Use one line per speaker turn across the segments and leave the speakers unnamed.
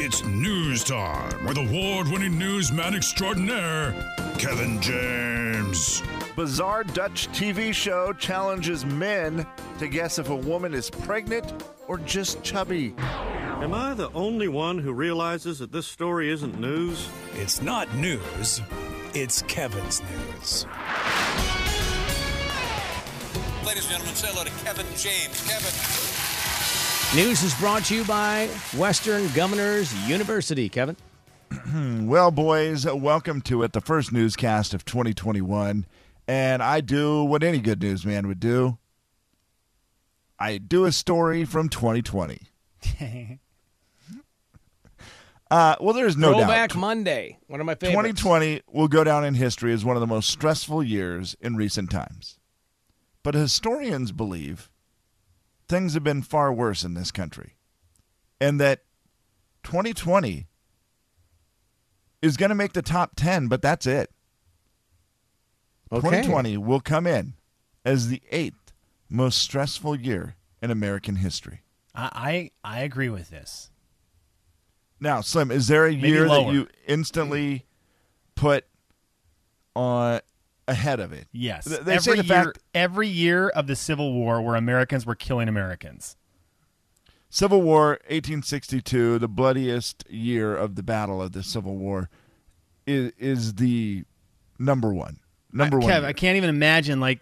It's news time with award winning newsman extraordinaire, Kevin James.
Bizarre Dutch TV show challenges men to guess if a woman is pregnant or just chubby.
Am I the only one who realizes that this story isn't news?
It's not news, it's Kevin's news.
Ladies and gentlemen, say hello to Kevin James. Kevin.
News is brought to you by Western Governors University. Kevin,
Well, boys, welcome to it, the first newscast of 2021. And I do what any good newsman would do I do a story from 2020. uh, well, there's no doubt.
Throwback Monday, one of my favorites.
2020 will go down in history as one of the most stressful years in recent times. But historians believe things have been far worse in this country and that 2020 is going to make the top 10, but that's it.
Okay.
2020 will come in as the eighth most stressful year in American history.
I I, I agree with this.
Now, Slim, is there a
Maybe
year that
lower.
you instantly put on ahead of it?
Yes,
Th- They
every
say the
year,
fact
every year of the Civil War, where Americans were killing Americans.
Civil War 1862, the bloodiest year of the battle of the Civil War, is is the number one. Number
I,
one.
Kev,
year.
I can't even imagine like.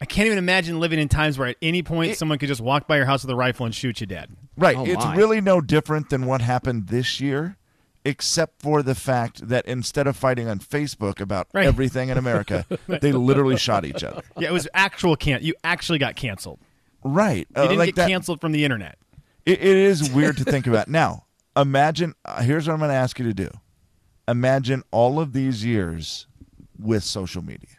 I can't even imagine living in times where at any point
It-
someone could just walk by your house with a rifle and shoot you dead.
Right.
Oh,
it's
my.
really no different than what happened this year, except for the fact that instead of fighting on Facebook about
Right.
everything in America, they literally shot each other.
Yeah, it was actual can. You actually got canceled.
Right. Uh,
You didn't
like
get
that,
canceled from the internet.
It, it is weird to think about. Now, imagine. Uh, here's what I'm going to ask you to do. Imagine all of these years with social media.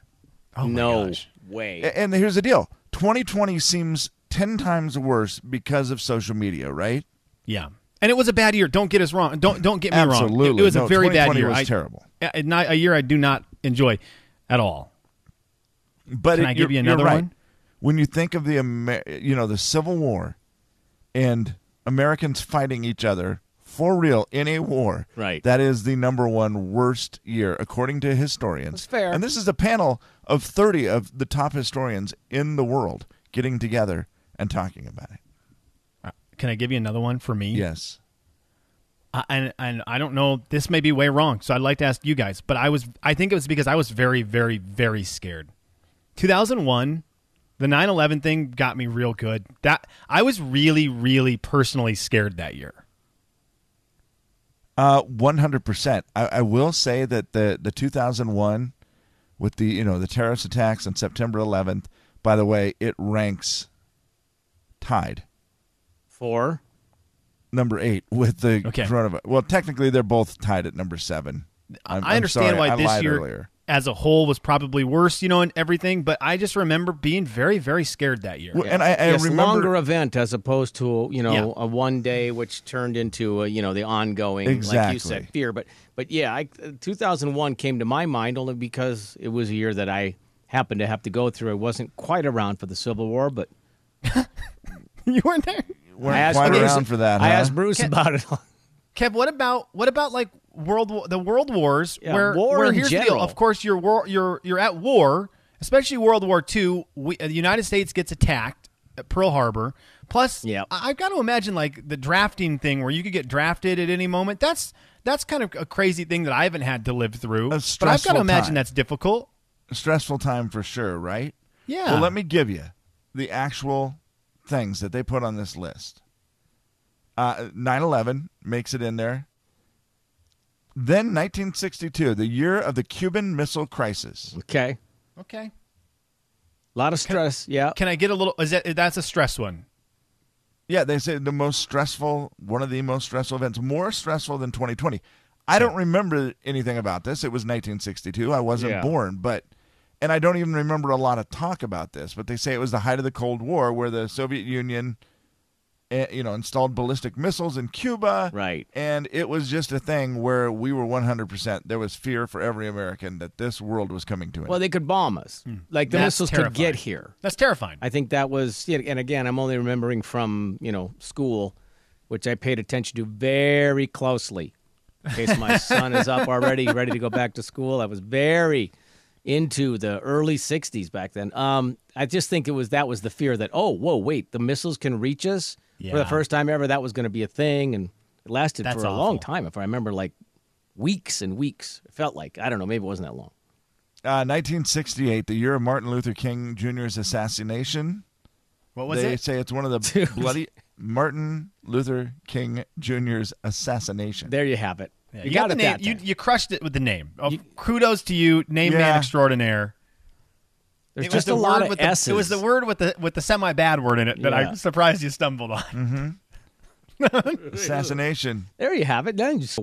Oh my
no
gosh.
way.
A- And here's the deal: 2020 seems ten times worse because of social media, right?
Yeah, and it was a bad year. Don't get us wrong. Don't don't get me wrong. It-
Absolutely.
It, was
No,
a very bad
2020
year.
was
I-
terrible.
a- not a year I do not enjoy at all.
But
Can
it-
I give
you're-
you another
you're right.
one?
When you think of the Amer- you know the Civil War and Americans fighting each other for real in a war,
Right.
That is the number one worst year according to historians.
That's fair.
And this is a panel of 30 of the top historians in the world getting together and talking about it.
Uh, Can I give you another one for me?
Yes.
I, and and I don't know. This may be way wrong, so I'd like to ask you guys. But I was, I think it was because I was very, very, very scared. 2001, the 9/11 thing got me real good. That I was really, really personally scared that year.
Uh, one hundred percent. I will say that the the two thousand one, with the you know the terrorist attacks on September eleventh. By the way, it ranks tied
Four.
number eight with the
Okay.
coronavirus. Well, technically they're both tied at number seven. I'm,
I understand
I'm sorry,
why
I
this
lied
year
earlier.
as a whole was probably worse, you know, and everything. But I just remember being very, very scared that year.
Well, And I, I
yes,
remember
longer event as opposed to you know
Yeah.
a one day, which turned into a, you know the ongoing, like you
Exactly.
said, fear. But but yeah, I, 2001 came to my mind only because it was a year that I happened to have to go through. I wasn't quite around for the Civil War, but
you weren't there,
I
weren't
asked
quite
Bruce,
around for that.
I
huh?
asked Bruce about it.
Kev. What about what about like world War- the world wars?
Yeah,
where
war
where
in
here's the deal.
general.
Of course, you're war, you're you're at war, especially World War II. We, uh, the United States gets attacked at Pearl Harbor. Plus,
Yep.
I, I've got to imagine like the drafting thing where you could get drafted at any moment. That's that's kind of a crazy thing that I haven't had to live through. But I've got
stressful
to imagine
time.
that's difficult.
stressful time for sure, right?
Yeah.
Well, let me give you the actual things that they put on this list. Uh, 9/11 makes it in there. Then 1962, the year of the Cuban Missile Crisis.
Okay,
Okay.
a lot of stress. yeah,
Can I get a little? Is that that's a stress one?
Yeah, they say the most stressful, one of the most stressful events, more stressful than 2020. I don't remember anything about this. It was 1962. I wasn't
Yeah.
born, but and I don't even remember a lot of talk about this, but they say it was the height of the Cold War where the Soviet Union eh, you know, installed ballistic missiles in Cuba.
Right.
And it was just a thing where we were 100%. There was fear for every American that this world was coming to an
Well,
end.
they could bomb us. Like the
Hmm. That's
missiles could
terrifying.
get here.
That's terrifying.
I think that was, yeah, and again, I'm only remembering from you know school which I paid attention to very closely. In case my son is up already, ready to go back to school. I was very into the early 60s back then. Um, I just think it was that was the fear that, oh, whoa, wait, the missiles can reach us for the
Yeah.
first time ever. That was going to be a thing. And it lasted
That's
for a long
awful.
time, if I remember, like weeks and weeks. It felt like, I don't know, maybe it wasn't that long.
Uh, 1968, the year of Martin Luther King Jr.'s assassination.
What was
they
it?
say it's one of the
Dude.
bloody Martin Luther King Jr.'s assassination.
There you have it.
Yeah,
you, got,
the
it
name.
that
You,
time.
you crushed it with the name. Oh, kudos to you, name
Yeah.
man extraordinaire.
There's
It was
just
the
a lot
word
of
with the,
S's.
It was the word with the with the semi bad word in it that
Yeah. Mm.
I'm surprised you stumbled on.
assassination.
There you have it. Then you just-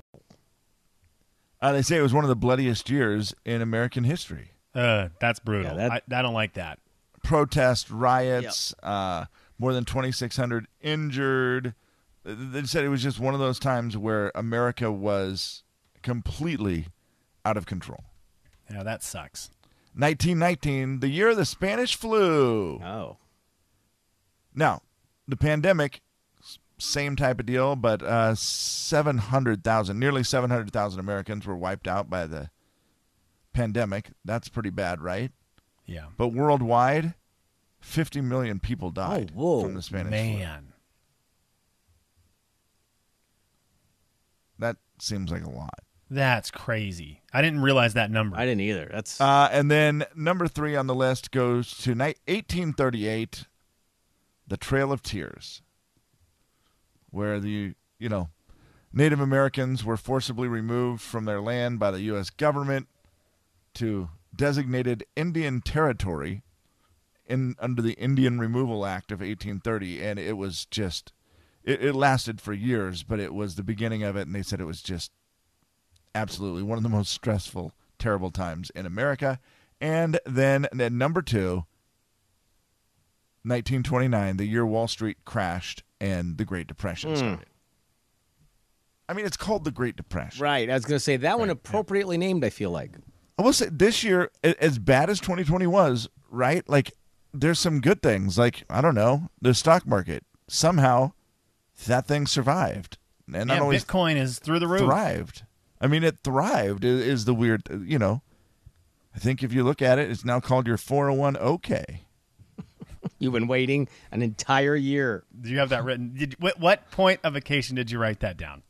Uh, they say it was one of the bloodiest years in American history.
Uh, that's brutal.
Yeah, that-
I, I don't like that.
Protests, riots, uh, more than 2,600 injured. Uh, They said it was just one of those times where America was completely out of control.
Yeah, that sucks.
1919, the year of the Spanish flu.
oh.
Now, the pandemic, s- same type of deal, but uh, 700,000, nearly 700,000 Americans were wiped out by the pandemic. That's pretty bad, right?
Yeah,
But worldwide, 50 million people died
Oh, whoa,
from the Spanish flu.
man.
That seems like a lot.
That's crazy. I didn't realize that number.
I didn't either. That's
Uh, and then number three on the list goes to ni- 1838, the Trail of Tears, where the you know Native Americans were forcibly removed from their land by the U.S. government to designated Indian territory in under the Indian Removal Act of 1830, and it was just it, it lasted for years, but it was the beginning of it, and they said it was just absolutely one of the most stressful, terrible times in America. And then at number two, 1929, the year Wall Street crashed and the Great Depression started. I mean, it's called the Great Depression.
right. I was going to say that one appropriately named. I feel like
I will say this year, a- as bad as 2020 was, right? Like, there's some good things. Like, I don't know, the stock market. Somehow, that thing survived. And
yeah,
not always
Bitcoin is through the roof.
thrived. I mean, it thrived i- is, the weird, uh, you know. I think if you look at it, it's now called your 401 OK.
you've been waiting an entire year.
Do you have that written? Did, what, what point of occasion did you write that down?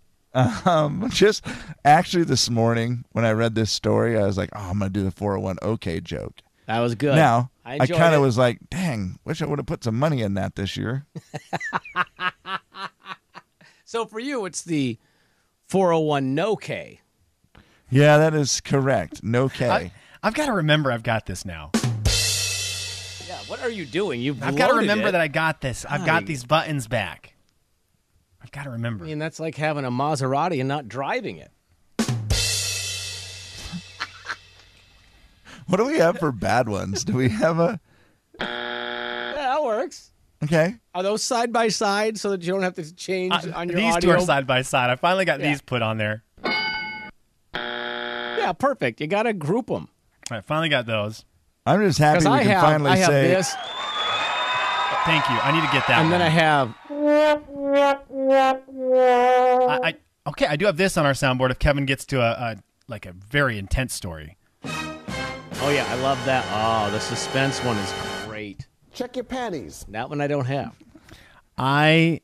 Um, just actually this morning when I read this story, I was like, oh, I'm going to do the 401 OK joke.
That was good.
Now,
I,
I,
enjoyed
kind
it.
of was like, dang, wish I would have put some money in that this year.
So for you, it's the 401 no K.
yeah, that is correct. No K.
I, I've got to remember I've got this now.
Yeah. What are you doing? You've
I've got to
loaded
remember
it.
that I got this. I've
Golly.
got these buttons back. I've got to remember.
I mean, that's like having a Maserati and not driving it.
what do we have for bad ones? Do we have a.
Yeah, that works.
Okay.
Are those side by side so that you don't have to change
Uh,
on your
these
audio?
two are side by side. I finally got
Yeah.
these put on there.
Yeah, perfect. You got to group them
I finally got those.
I'm just happy
because
we
I
can
have
finally
I have
say.
this
Thank you. I need to get that.
and then I
one.
have
I, I okay. I do have this on our soundboard. If Kevin gets to a, a like a very intense story,
oh yeah, I love that. Oh, the suspense one is great.
Check your panties.
That one I don't have.
I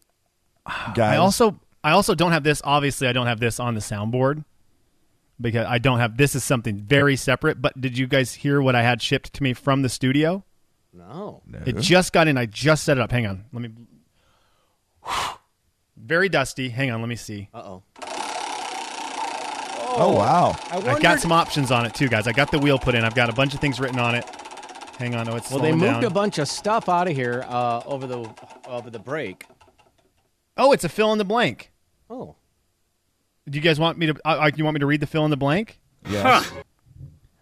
Guys,
I also I also don't have this. Obviously, I don't have this on the soundboard because I don't have this is something very separate. But did you guys hear what I had shipped to me from the studio?
No.
It just got in. I just set it up. Hang on. Let me. Very dusty. Hang on. Let me see.
Uh oh.
oh, wow.
I
I've got some options on it too, guys. I got the wheel put in. I've got a bunch of things written on it. Hang on. Oh, it's
Well, they
slowing
moved
down.
a bunch of stuff out of here uh, over the over the break.
oh, it's a fill in the blank.
Oh,
Do you guys want me to? Uh, uh, you want me to read the fill in the blank?
Yes.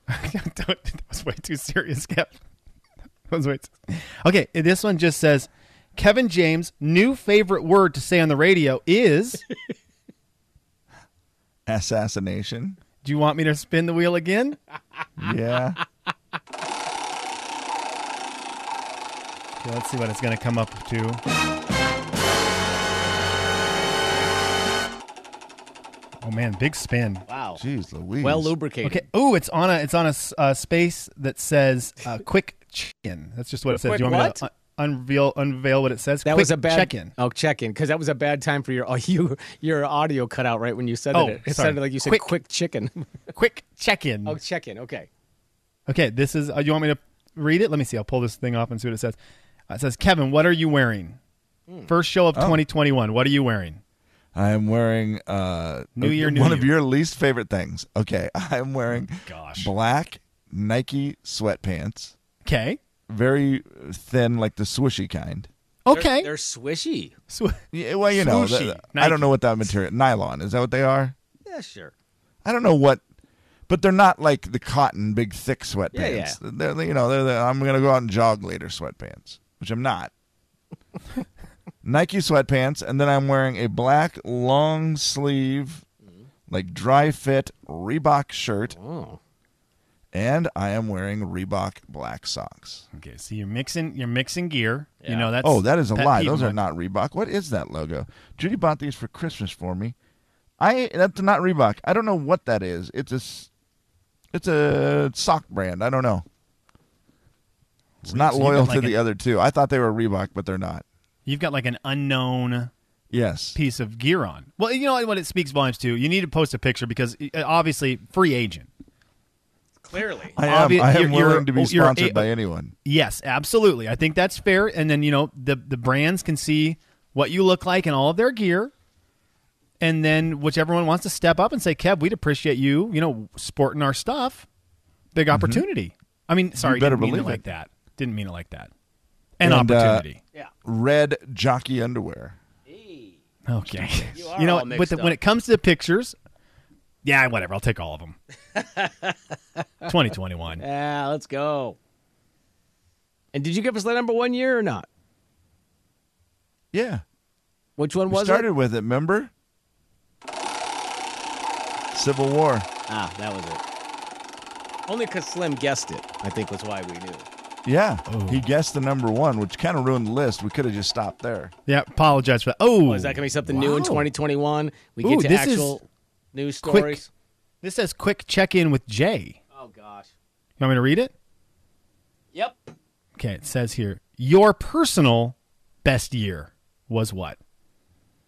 Don't- that was way too serious, Kev. That was way too- Okay, this one just says Kevin James' new favorite word to say on the radio is.
Assassination.
Do you want me to spin the wheel again?
Yeah.
Okay, let's see what it's going to come up to. Oh man, big spin.
Wow.
Jeez Louise.
Well lubricated.
Okay. Oh, it's on a it's on a s- uh, space that says uh, "quick check-in." That's just what it says.
Quick
you want
what?
me to un- unveil unveil what it says?
That
quick
was a bad
check-in.
Oh, check in, because that was a bad time for your oh you your audio cut out right when you said
Oh,
it. It
sorry.
sounded like you said
Quick.
quick chicken.
Quick check-in.
oh, check in. Okay.
Okay, this is. Uh, you want me to read it? Let me see. I'll pull this thing off and see what it says. Uh, it says, "Kevin, what are you wearing?
Hmm.
First show of 2021. What are you wearing?
I am wearing uh,
New Year, New
one of
You.
your least favorite things. Okay, I'm wearing
Gosh.
black Nike sweatpants,
Okay.
very thin, like the swishy kind.
Okay.
They're swishy.
Sw-
Yeah, well, you know,
Swooshy
the- I don't
Nike.
know what that material. Nylon is that what they are?
Yeah, sure.
I don't know what, but they're not like the cotton big thick sweatpants.
Yeah, yeah.
They're you know they're the, I'm gonna go out and jog later sweatpants, which I'm not. Nike sweatpants, and then I'm wearing a black long sleeve, like dry fit Reebok shirt,
Oh.
and I am wearing Reebok black socks.
okay. So you're mixing. You're mixing gear. You
Yeah.
know that's.
Oh, that is a
pet
lie.
peeve
Those
of
are
mine.
not Reebok. What is that logo? Judy bought these for Christmas for me. I that's not Reebok. I don't know what that is. It's a s- it's a sock brand. I don't know. It's not
So you got
loyal
like
to the
an-
other two. I thought they were Reebok, but they're not.
You've got like an unknown
Yes.
piece of gear on. Well, you know what? It speaks volumes too. You need to post a picture because uh, obviously free agent.
Clearly.
I am,
obvi-
I am
you're-
willing
you're-
to be
you're a-
sponsored by anyone.
Yes, absolutely. I think that's fair. And then you know the the brands can see what you look like in all of their gear, and then whichever one wants to step up and say, "Kev, we'd appreciate you," you know, sporting our stuff. Big opportunity. I mean, sorry,
Mm-hmm. better
didn't mean it,
believe it.
like that. Didn't mean it like that. An
And, uh,
opportunity.
yeah.
Red jockey underwear.
okay. You,
are
know,
all
what?
mixed
with the,
up.
when it comes to the pictures, yeah, whatever. I'll take all of them. Twenty twenty one.
Yeah, let's go. And did you give us the number one year or not?
Yeah.
Which one
We
was
started
it?
with it, remember? Civil War.
Ah, that was it. Only because Slim guessed it, I think was why we knew.
Yeah.
Oh.
He guessed the number one, which kind of ruined the list. We could have just stopped there.
Yeah, apologize for that. Oh,
Oh, is that going to be something new in
wow.
2021? We
Ooh,
get to
this is
actual news
quick.
stories.
This says quick check in with Jay.
Oh, gosh.
You want me to read it?
Yep.
Okay, it says here your personal best year was what?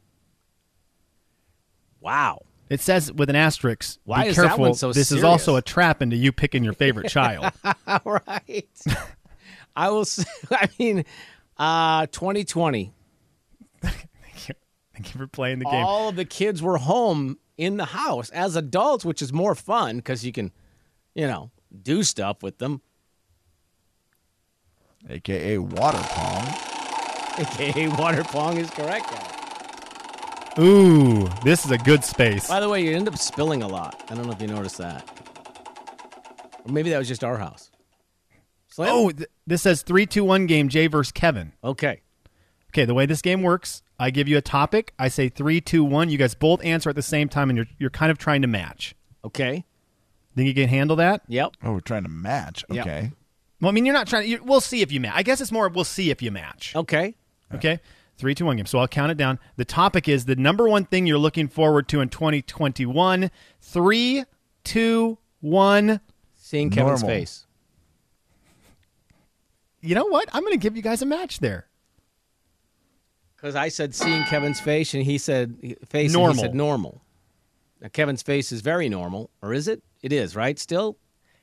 Wow.
It says with an asterisk.
Why
be
is that
careful.
one so
this is
serious?
also a trap into you picking your favorite child.
All right. I will say, I mean, uh, 2020.
Thank you for playing the game.
All of the kids were home in the house as adults, which is more fun because you can, you know, do stuff with them,
AKA Water Palm.
aka water pong is correct. guys.
Ooh, this is a good space.
By the way, you end up spilling a lot. I don't know if you noticed that. Or maybe that was just our house. Slim?
Oh, th- this says three, two, one game. Jay versus Kevin.
okay.
Okay, the way this game works, I give you a topic. I say three, two, one. You guys both answer at the same time, and you're you're kind of trying to match.
Okay.
Think you can handle that?
Yep.
Oh, we're trying to match.
Yeah.
Okay.
Well, I mean, you're not trying. You, we'll see if you match. I guess it's more. We'll see if you match.
Okay.
Okay. Three, two, one game. So I'll count it down. The topic is the number one thing you're looking forward to in 2021. Three, two, one.
Seeing Kevin's
Normal.
face.
You know what? I'm going to give you guys a match there.
Because I said seeing Kevin's face, and he said face. And
Normal.
he said normal. Now Kevin's face is very normal, or is it? It is, right? Still,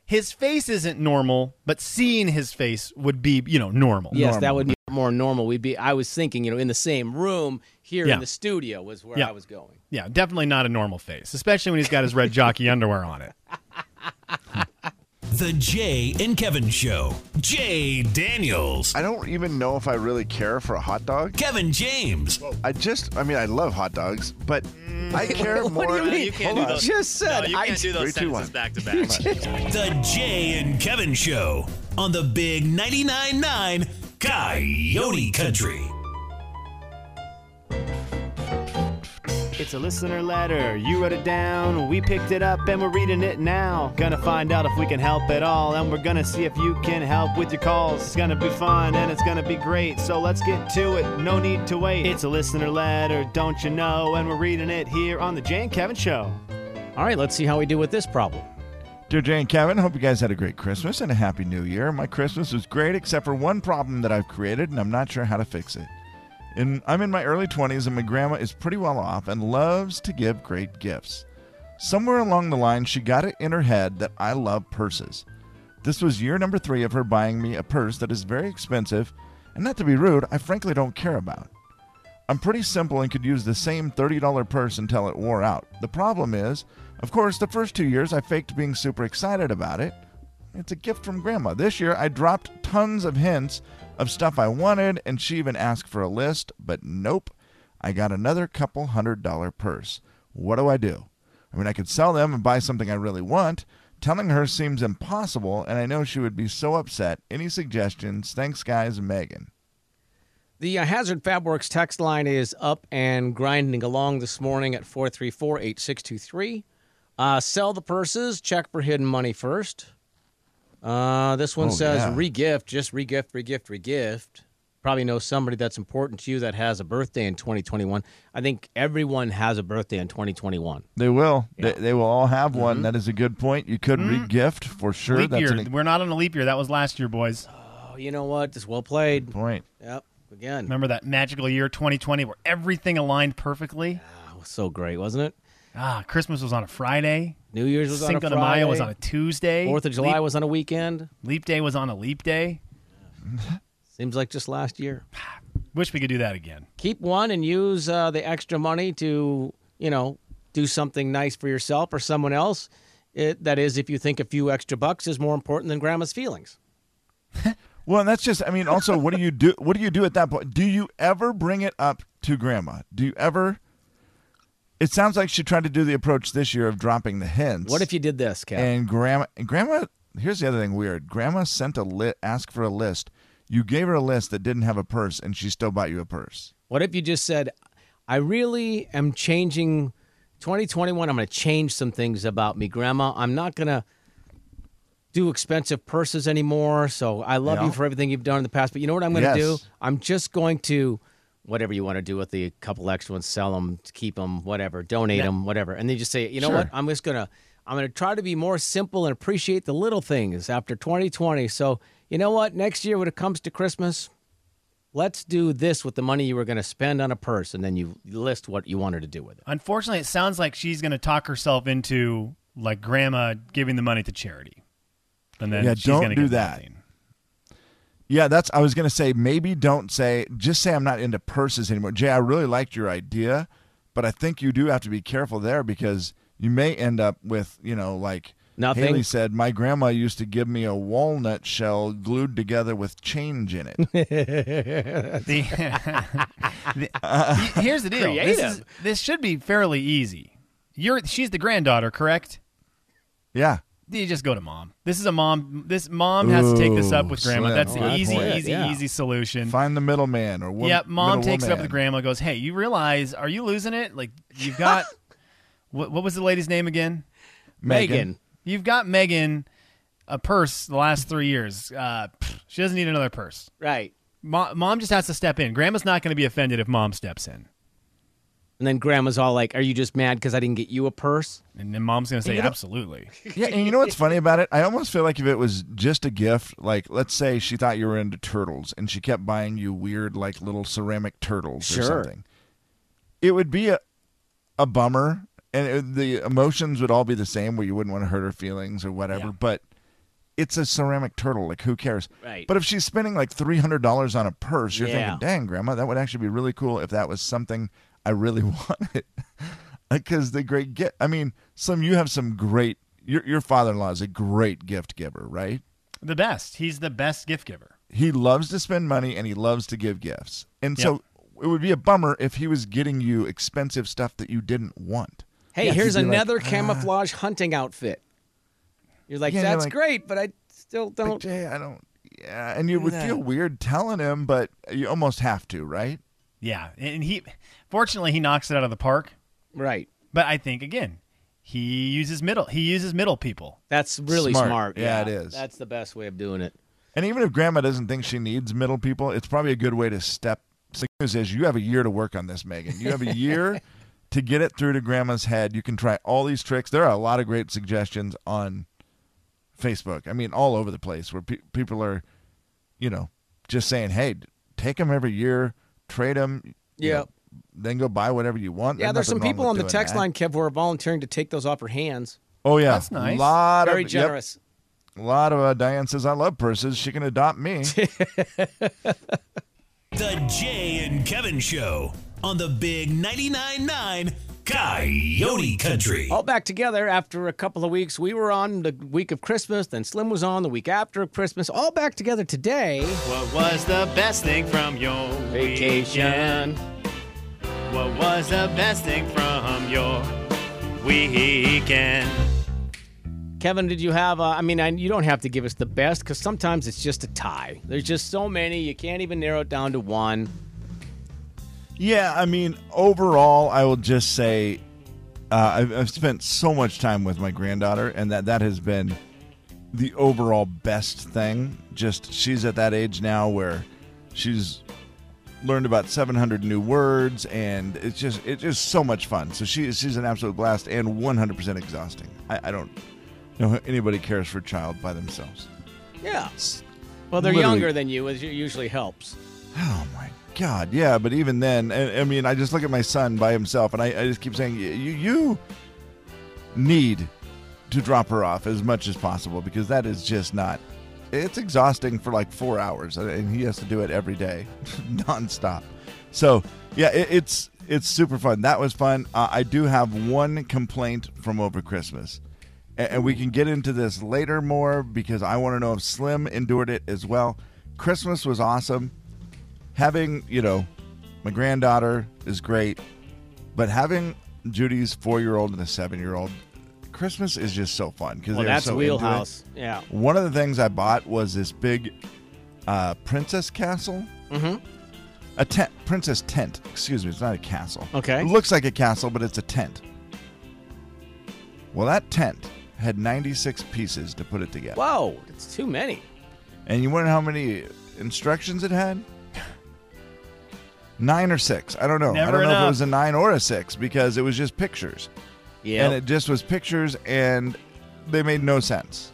His face isn't normal, but seeing his face would be, you know, normal.
yes, that would be more normal. We'd be. I was thinking, you know, in the same room here
Yeah.
in the studio was where
Yeah.
I was going.
Yeah, definitely not a normal face, especially when he's got his red jockey underwear on it.
The Jay and Kevin Show. Jay Daniels.
I don't even know if I really care for a hot dog.
Kevin James.
I just, I mean, I love hot dogs, but I care more.
what do you mean?
Hold on.
just said I
Three, two, one.
The Jay and Kevin Show on the Big 99.9 9 Coyote Country.
It's a listener letter. You wrote it down. We picked it up and we're reading it now. Gonna find out if we can help at all. And we're gonna see if you can help with your calls. It's gonna be fun and it's gonna be great. So let's get to it. No need to wait. It's a listener letter, don't you know? And we're reading it here on The Jane Kevin Show.
All right, let's see how we do with this problem.
Dear Jay and Kevin, hope you guys had a great Christmas and a happy new year. My Christmas was great except for one problem that I've created and I'm not sure how to fix it. In, I'm in my early 20s and my grandma is pretty well off and loves to give great gifts. Somewhere along the line, she got it in her head that I love purses. This was year number three of her buying me a purse that is very expensive and not to be rude, I frankly don't care about. I'm pretty simple and could use the same $30 purse until it wore out. The problem is, of course, the first two years I faked being super excited about it. It's a gift from grandma. This year I dropped tons of hints of stuff I wanted, and she even asked for a list, but nope. I got another couple hundred dollar purse. What do I do? I mean, I could sell them and buy something I really want. Telling her seems impossible, and I know she would be so upset. Any suggestions? Thanks, guys. Megan.
The uh, Hazard Fabworks text line is up and grinding along this morning at 434 8623. Uh, Sell the purses, check for hidden money first. Uh, this one
Oh,
says
yeah.
regift, just regift, regift, regift. Probably know somebody that's important to you that has a birthday in 2021. I think everyone has a birthday in 2021.
They will. They, they will all have
Mm-hmm.
one. That is a good point. You could re-gift for sure.
leap
That's
year.
an e- ex-
We're not on a leap year. That was last year, boys.
Oh, you know what? This well played.
point.
Yep. Again,
Remember that magical year 2020 where everything aligned perfectly?
that was so great, wasn't it?
Ah, Christmas was on a Friday.
New Year's was
Cinco
on a
de
Friday.
Mayo was on a Tuesday.
Fourth of July
Leap,
was on a weekend.
leap day was on a leap day.
Seems like just last year.
Wish we could do that again.
Keep one and use uh, the extra money to, you know, do something nice for yourself or someone else. It, that is, if you think a few extra bucks is more important than grandma's feelings.
Well, and that's just. I mean, also, what do you do? What do you do at that point? Do you ever bring it up to grandma? Do you ever? It sounds like she tried to do the approach this year of dropping the hints.
What if you did this, Kev?
And grandma, and grandma. Here's the other thing. Weird. Grandma sent a lit. Asked for a list. You gave her a list that didn't have a purse, and she still bought you a purse.
What if you just said, I really am changing 2021. I'm going to change some things about me, Grandma. I'm not going to do expensive purses anymore. So I love
Yeah.
you for everything you've done in the past. But you know what I'm going to
Yes.
do? I'm just going to, whatever you want to do with the couple extra ones, sell them, keep them, whatever, donate them, whatever. And then just say, you know what?
Sure.
I'm just going to. I'm going to try to be more simple and appreciate the little things after 2020. So, you know what? Next year, when it comes to Christmas, let's do this with the money you were going to spend on a purse and then you list what you wanted to do with it
Unfortunately, it sounds like she's going to talk herself into like grandma giving the money to charity. And then
Yeah,
she's
don't
gonna
do
get
that.
nothing.
Yeah, that's. I was gonna say maybe don't say. Just say I'm not into purses anymore. Jay, I really liked your idea, but I think you do have to be careful there because you may end up with you know like
Nothing.
Haley said. My grandma used to give me a walnut shell glued together with change in it.
The, the- he- here's the deal. This, is-
Creative.
this should be fairly easy. You're she's the granddaughter, correct?
yeah,
You just go to mom. This is a mom. This mom has to take this up
Ooh,
with grandma.
slim.
That's the
Oh, that's
easy,
it,
easy,
yeah.
easy solution.
find the middleman or wo-
Yeah, mom
middle
takes it up
woman.
with grandma. Goes, hey, you realize? Are you losing it? Like you've got what? What was the lady's name again?
megan,
You've got Megan a purse the last three years. Uh, pff, she doesn't need another purse.
right
Mo- mom just has to step in. Grandma's not going to be offended if mom steps in.
and then grandma's all like are you just mad because i didn't get you a purse
And then mom's going to say, absolutely.
Yeah, and you know what's funny about it? I almost feel like if it was just a gift, like let's say she thought you were into turtles and she kept buying you weird like little ceramic turtles
Sure.
or something. It would be a a bummer and it, the emotions would all be the same where you wouldn't want to hurt her feelings or whatever, but it's a ceramic turtle, like who cares?
Right.
But if she's spending like $300 on a purse, you're
Yeah.
thinking, "Dang, grandma, that would actually be really cool if that was something I really wanted." because the great gift. I mean, Slim, you have some great. Your your father in law is a great gift giver, right?
The best. He's the best gift giver.
He loves to spend money and he loves to give gifts, and so it would be a bummer if he was getting you expensive stuff that you didn't want.
hey
Yeah,
here's
you'd be like, "Ah."
another camouflage hunting outfit you're like
Yeah, you're
that's
like-
great but i still
But
don't
Jay, I don't. Yeah, and you would feel weird telling him, but you almost have to, right?
Yeah. And he, fortunately, he knocks it out of the park.
right
But I think, again, he uses middle. He uses middle people.
that's really smart,
Smart. Yeah, it is.
that's the best way of doing it
And even if grandma doesn't think she needs middle people, it's probably a good way to step. So the news is you have a year to work on this, Megan. You have a year to get it through to grandma's head, you can try all these tricks. There are a lot of great suggestions on Facebook. I mean, all over the place where pe- people are, you know, just saying, "Hey, d- take them every year, trade them,
Yeah.
then go buy whatever you want."
Yeah, there's some
nothing wrong
people
with
on the
doing
text
that.
line, Kev, who are volunteering to take those off her hands.
Oh yeah,
That's nice.
Lot
Very
of, yep.
generous.
A lot of uh, Diane says, "I love purses. She can adopt me."
The Jay and Kevin Show on the Big 99.9 9 Coyote Country.
All back together after a couple of weeks. We were on the week of Christmas, then Slim was on the week after Christmas. All back together today.
What was the best thing from your weekend? What was the best thing from your weekend?
Kevin, did you have? A, I mean, I, you don't have to give us the best because sometimes it's just a tie. There's just so many you can't even narrow it down to one.
Yeah, I mean, overall, I will just say uh, I've, I've spent so much time with my granddaughter, and that that has been the overall best thing. Just she's at that age now where she's learned about 700 new words, and it's just it's just so much fun. So she is she's an absolute blast and 100% exhausting. I, I don't know how anybody cares for a child by themselves.
Yeah. Well, they're
Literally.
younger than you, which usually helps.
Oh my god, yeah. But even then, I, I mean, I just look at my son by himself, and I, I just keep saying, "You- you you need to drop her off as much as possible because that is just not. It's exhausting for like four hours, and- and he has to do it every day, nonstop. So yeah, it, it's it's super fun. That was fun. Uh, I do have one complaint from over Christmas. A- And we can get into this later more because I want to know if Slim endured it as well. Christmas was awesome having you know my granddaughter is great but having judy's four-year-old and a seven-year-old christmas is just so fun because
Well,
they're
that's
so into it.
wheelhouse. Yeah.
one of the things i bought was this big uh, princess castle mm-hmm. a tent princess tent excuse me it's not a castle
Okay.
it looks like a castle but it's a tent well that tent had 96 pieces to put it together
Whoa, it's too many.
and you wonder how many instructions it had? Nine or six. I don't know. I
Never
don't know if it
enough.
was a nine or a six because it was just pictures.
Yeah.
And it just was pictures and they made no sense.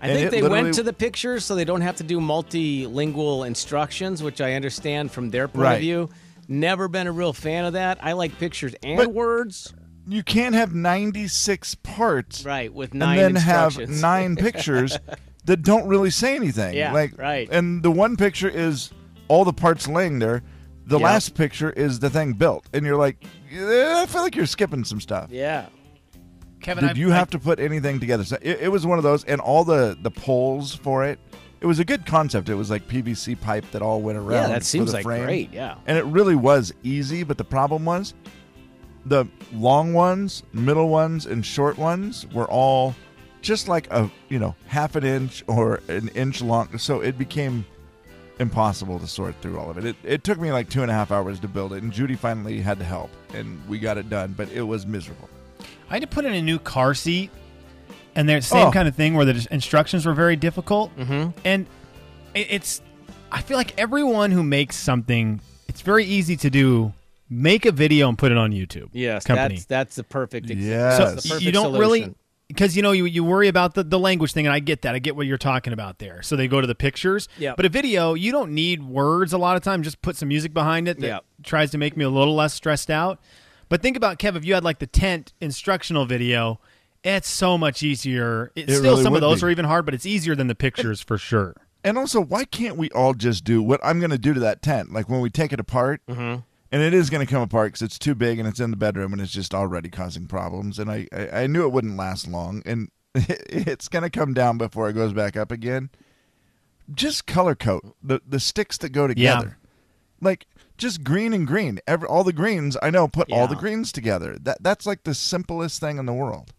I
and
think
it
they
literally-
went to the pictures so they don't have to do multilingual instructions, which I understand from their point
Right.
of view. Never been a real fan of that. I like pictures and
But-
words.
You can't have 96 parts
Right, with
and
nine
then have
instructions.
nine pictures that don't really say anything.
Yeah,
like,
right.
And the one picture is all the parts laying there. The
Yeah.
last picture is the thing built. And you're like, "Yeah, I feel like you're skipping some stuff.
Yeah.
Kevin,
Did
I've-
you
I-
have to put anything together? So it, it was one of those, and all the the poles for it. It was a good concept. It was like PVC pipe that all went around.
that
for
seems
the
like
frame.
great, yeah.
and it really was easy. But the problem was, the long ones, middle ones, and short ones were all just like a you know half an inch or an inch long. So it became impossible to sort through all of it. It, it took me like two and a half hours to build it, and Judy finally had to help, and we got it done. But it was miserable.
I had to put in a new car seat, and they're same
Oh.
kind of thing where the dis- instructions were very difficult. Mm-hmm. And it, it's, I feel like everyone who makes something, it's very easy to do. Make a video and put it on YouTube.
Yes,
company.
that's that's the perfect example.
Yes.
That's the
y-
perfect
you don't really
solution.
because you know you, you worry about the, the language thing and i get that i get what you're talking about there so they go to the pictures
Yep.
but a video you don't need words a lot of time just put some music behind it that
Yep.
tries to make me a little less stressed out but think about kev if you had like the tent instructional video it's so much easier it's
It
still
really
some
would
of those
be.
are even hard but it's easier than the pictures for sure
And also, why can't we all just do what I'm going to do to that tent? Like when we take it apart,
Mm-hmm.
and it is going to come apart because it's too big and it's in the bedroom and it's just already causing problems. And I, I, I knew it wouldn't last long, and it's going to come down before it goes back up again. Just color coat the the sticks that go together, like just green and green. Every all the greens I know put all the
Yeah.
greens together. That that's like the simplest thing in the world.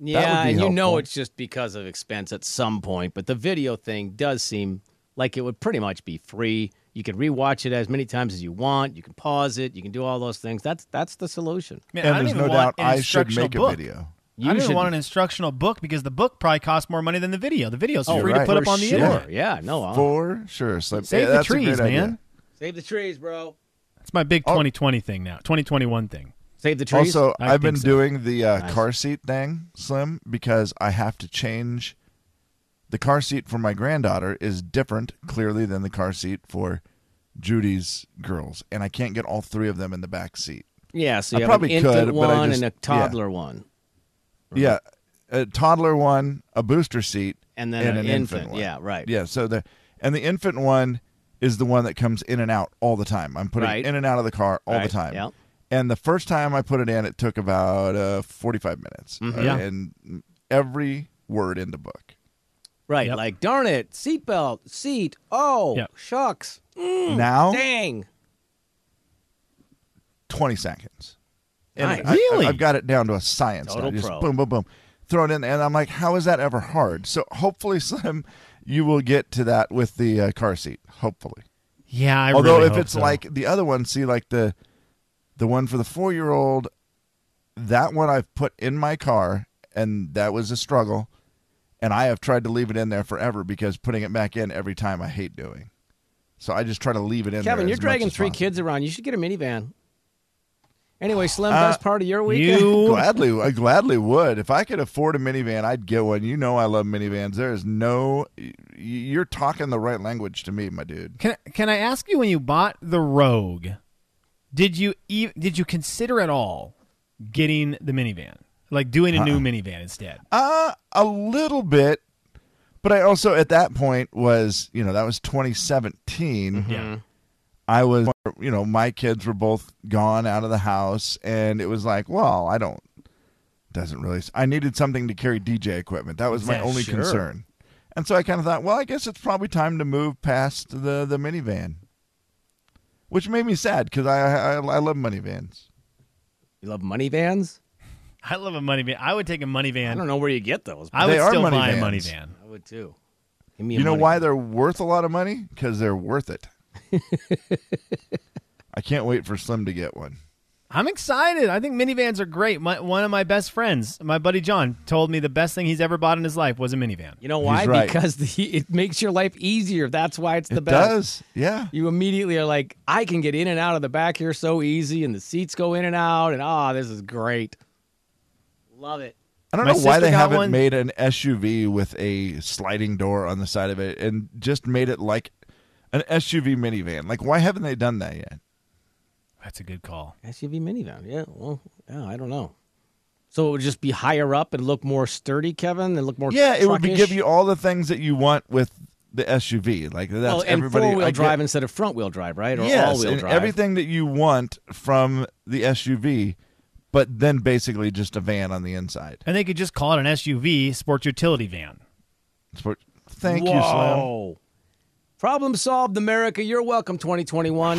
Yeah,
be
and you know
helpful.
it's just because of expense at some point, but the video thing does seem like it would pretty much be free. You can rewatch it as many times as you want. You can pause it. you can do all those things. That's that's the solution.
Man, I
and
don't
there's
even
no doubt
want an
I should
instructional
make a
book.
video.
You
I don't
should-
even want an instructional book because the book probably costs more money than the video. The video's
Oh,
free
right.
to put
For
up on the
sure.
internet.
Yeah, no, uh-huh. I'll
for sure. Slim.
Save
Yeah,
the
that's a
trees,
great idea.
man.
save the trees, bro.
It's my big
Oh.
2020 thing now, 2021 thing.
Save the trees.
Also,
I
I've been
think so.
doing the uh,
Nice.
car seat thing, Slim, because I have to change. The car seat for my granddaughter is different, clearly, than the car seat for Judy's girls, and I can't get all three of them in the back seat.
yeah, so
I
you have
probably
an infant
could, but I
one
just-
and a
yeah.
toddler one,
Yeah, a toddler one, a booster seat,
and then
and
an, infant.
one.
Yeah, right.
Yeah, so the and the infant one is the one that comes in and out all the time. I'm putting
Right.
in and out of the car all
Right,
the time.
yep.
And the first time I put it in, it took about uh, 45 minutes.
Mm-hmm.
Uh,
Yeah.
And every word in the book.
Right.
Yep.
Like, darn it, seatbelt, seat. Oh,
Yep.
shucks.
now,
Dang.
20 seconds.
Nice.
I- I,
Really?
I've got it down to a science.
Total
now. Just
pro.
boom, boom, boom. Throw it in. And I'm like, how is that ever hard? So hopefully, Slim, you will get to that with the uh, car seat. Hopefully.
Yeah, I
Although
really
if
hope
it's
so.
like the other one, see like the the one for the four year old, that one I've put in my car and that was a struggle. And I have tried to leave it in there forever because putting it back in every time I hate doing. So I just try to leave it in there.
Kevin, you're
as much
dragging
as
three
possible.
kids around. You should get a minivan. Anyway, Slim,
Uh,
best part of your weekend.
you
Gladly, I gladly would. If I could afford a minivan, I'd get one. You know, I love minivans. There is no, y- you're talking the right language to me, my dude.
Can can I ask you when you bought the Rogue, did you ev- did you consider at all getting the minivan? Like doing a
Uh-uh.
new minivan instead?
Uh, a little bit, but I also at that point was, you know, that was 2017.
Mm-hmm.
Yeah.
I was, you know, my kids were both gone out of the house, and it was like, well, I don't, doesn't really, I needed something to carry DJ equipment. That was my
Yeah,
only
sure.
concern. And so I kind of thought, well, I guess it's probably time to move past the, the minivan, which made me sad because I, I, I love minivans.
You love money vans?
I love a money van. I would take a money
I
van.
don't know where you get those.
I
They
would
are
still
money
buy a
vans.
money van.
I would too. Give me a
You know
money
why
van.
they're worth a lot of money? Because they're worth it. I can't wait for Slim to get one.
I'm excited. I think minivans are great. My, one of my best friends, my buddy John, told me the best thing he's ever bought in his life was a minivan.
You know why?
He's right.
Because the, it makes your life easier. That's why it's the
it
best.
does. Yeah.
You immediately are like, I can get in and out of the back here so easy, and the seats go in and out, and ah, this is great. Love it.
I don't
My
know why
sister
they
got
haven't
one.
made an SUV with a sliding door on the side of it and just made it like an SUV minivan. Like, why haven't they done that yet?
That's a good call.
SUV minivan. Yeah. Well, yeah, I don't know. So it would just be higher up and look more sturdy, Kevin, and look more
Yeah, it would be,
truckish?
give you all the things that you want with the SUV. Like that's
well, and
everybody.
four wheel
I get-
drive instead of front wheel drive, right? Or
yes,
all wheel
and
drive.
everything that you want from the SUV, but then basically just a van on the inside.
And they could just call it an SUV, sports utility van.
It's what- Thank you, Slim.
Whoa. Problem solved, America. You're welcome, 2021.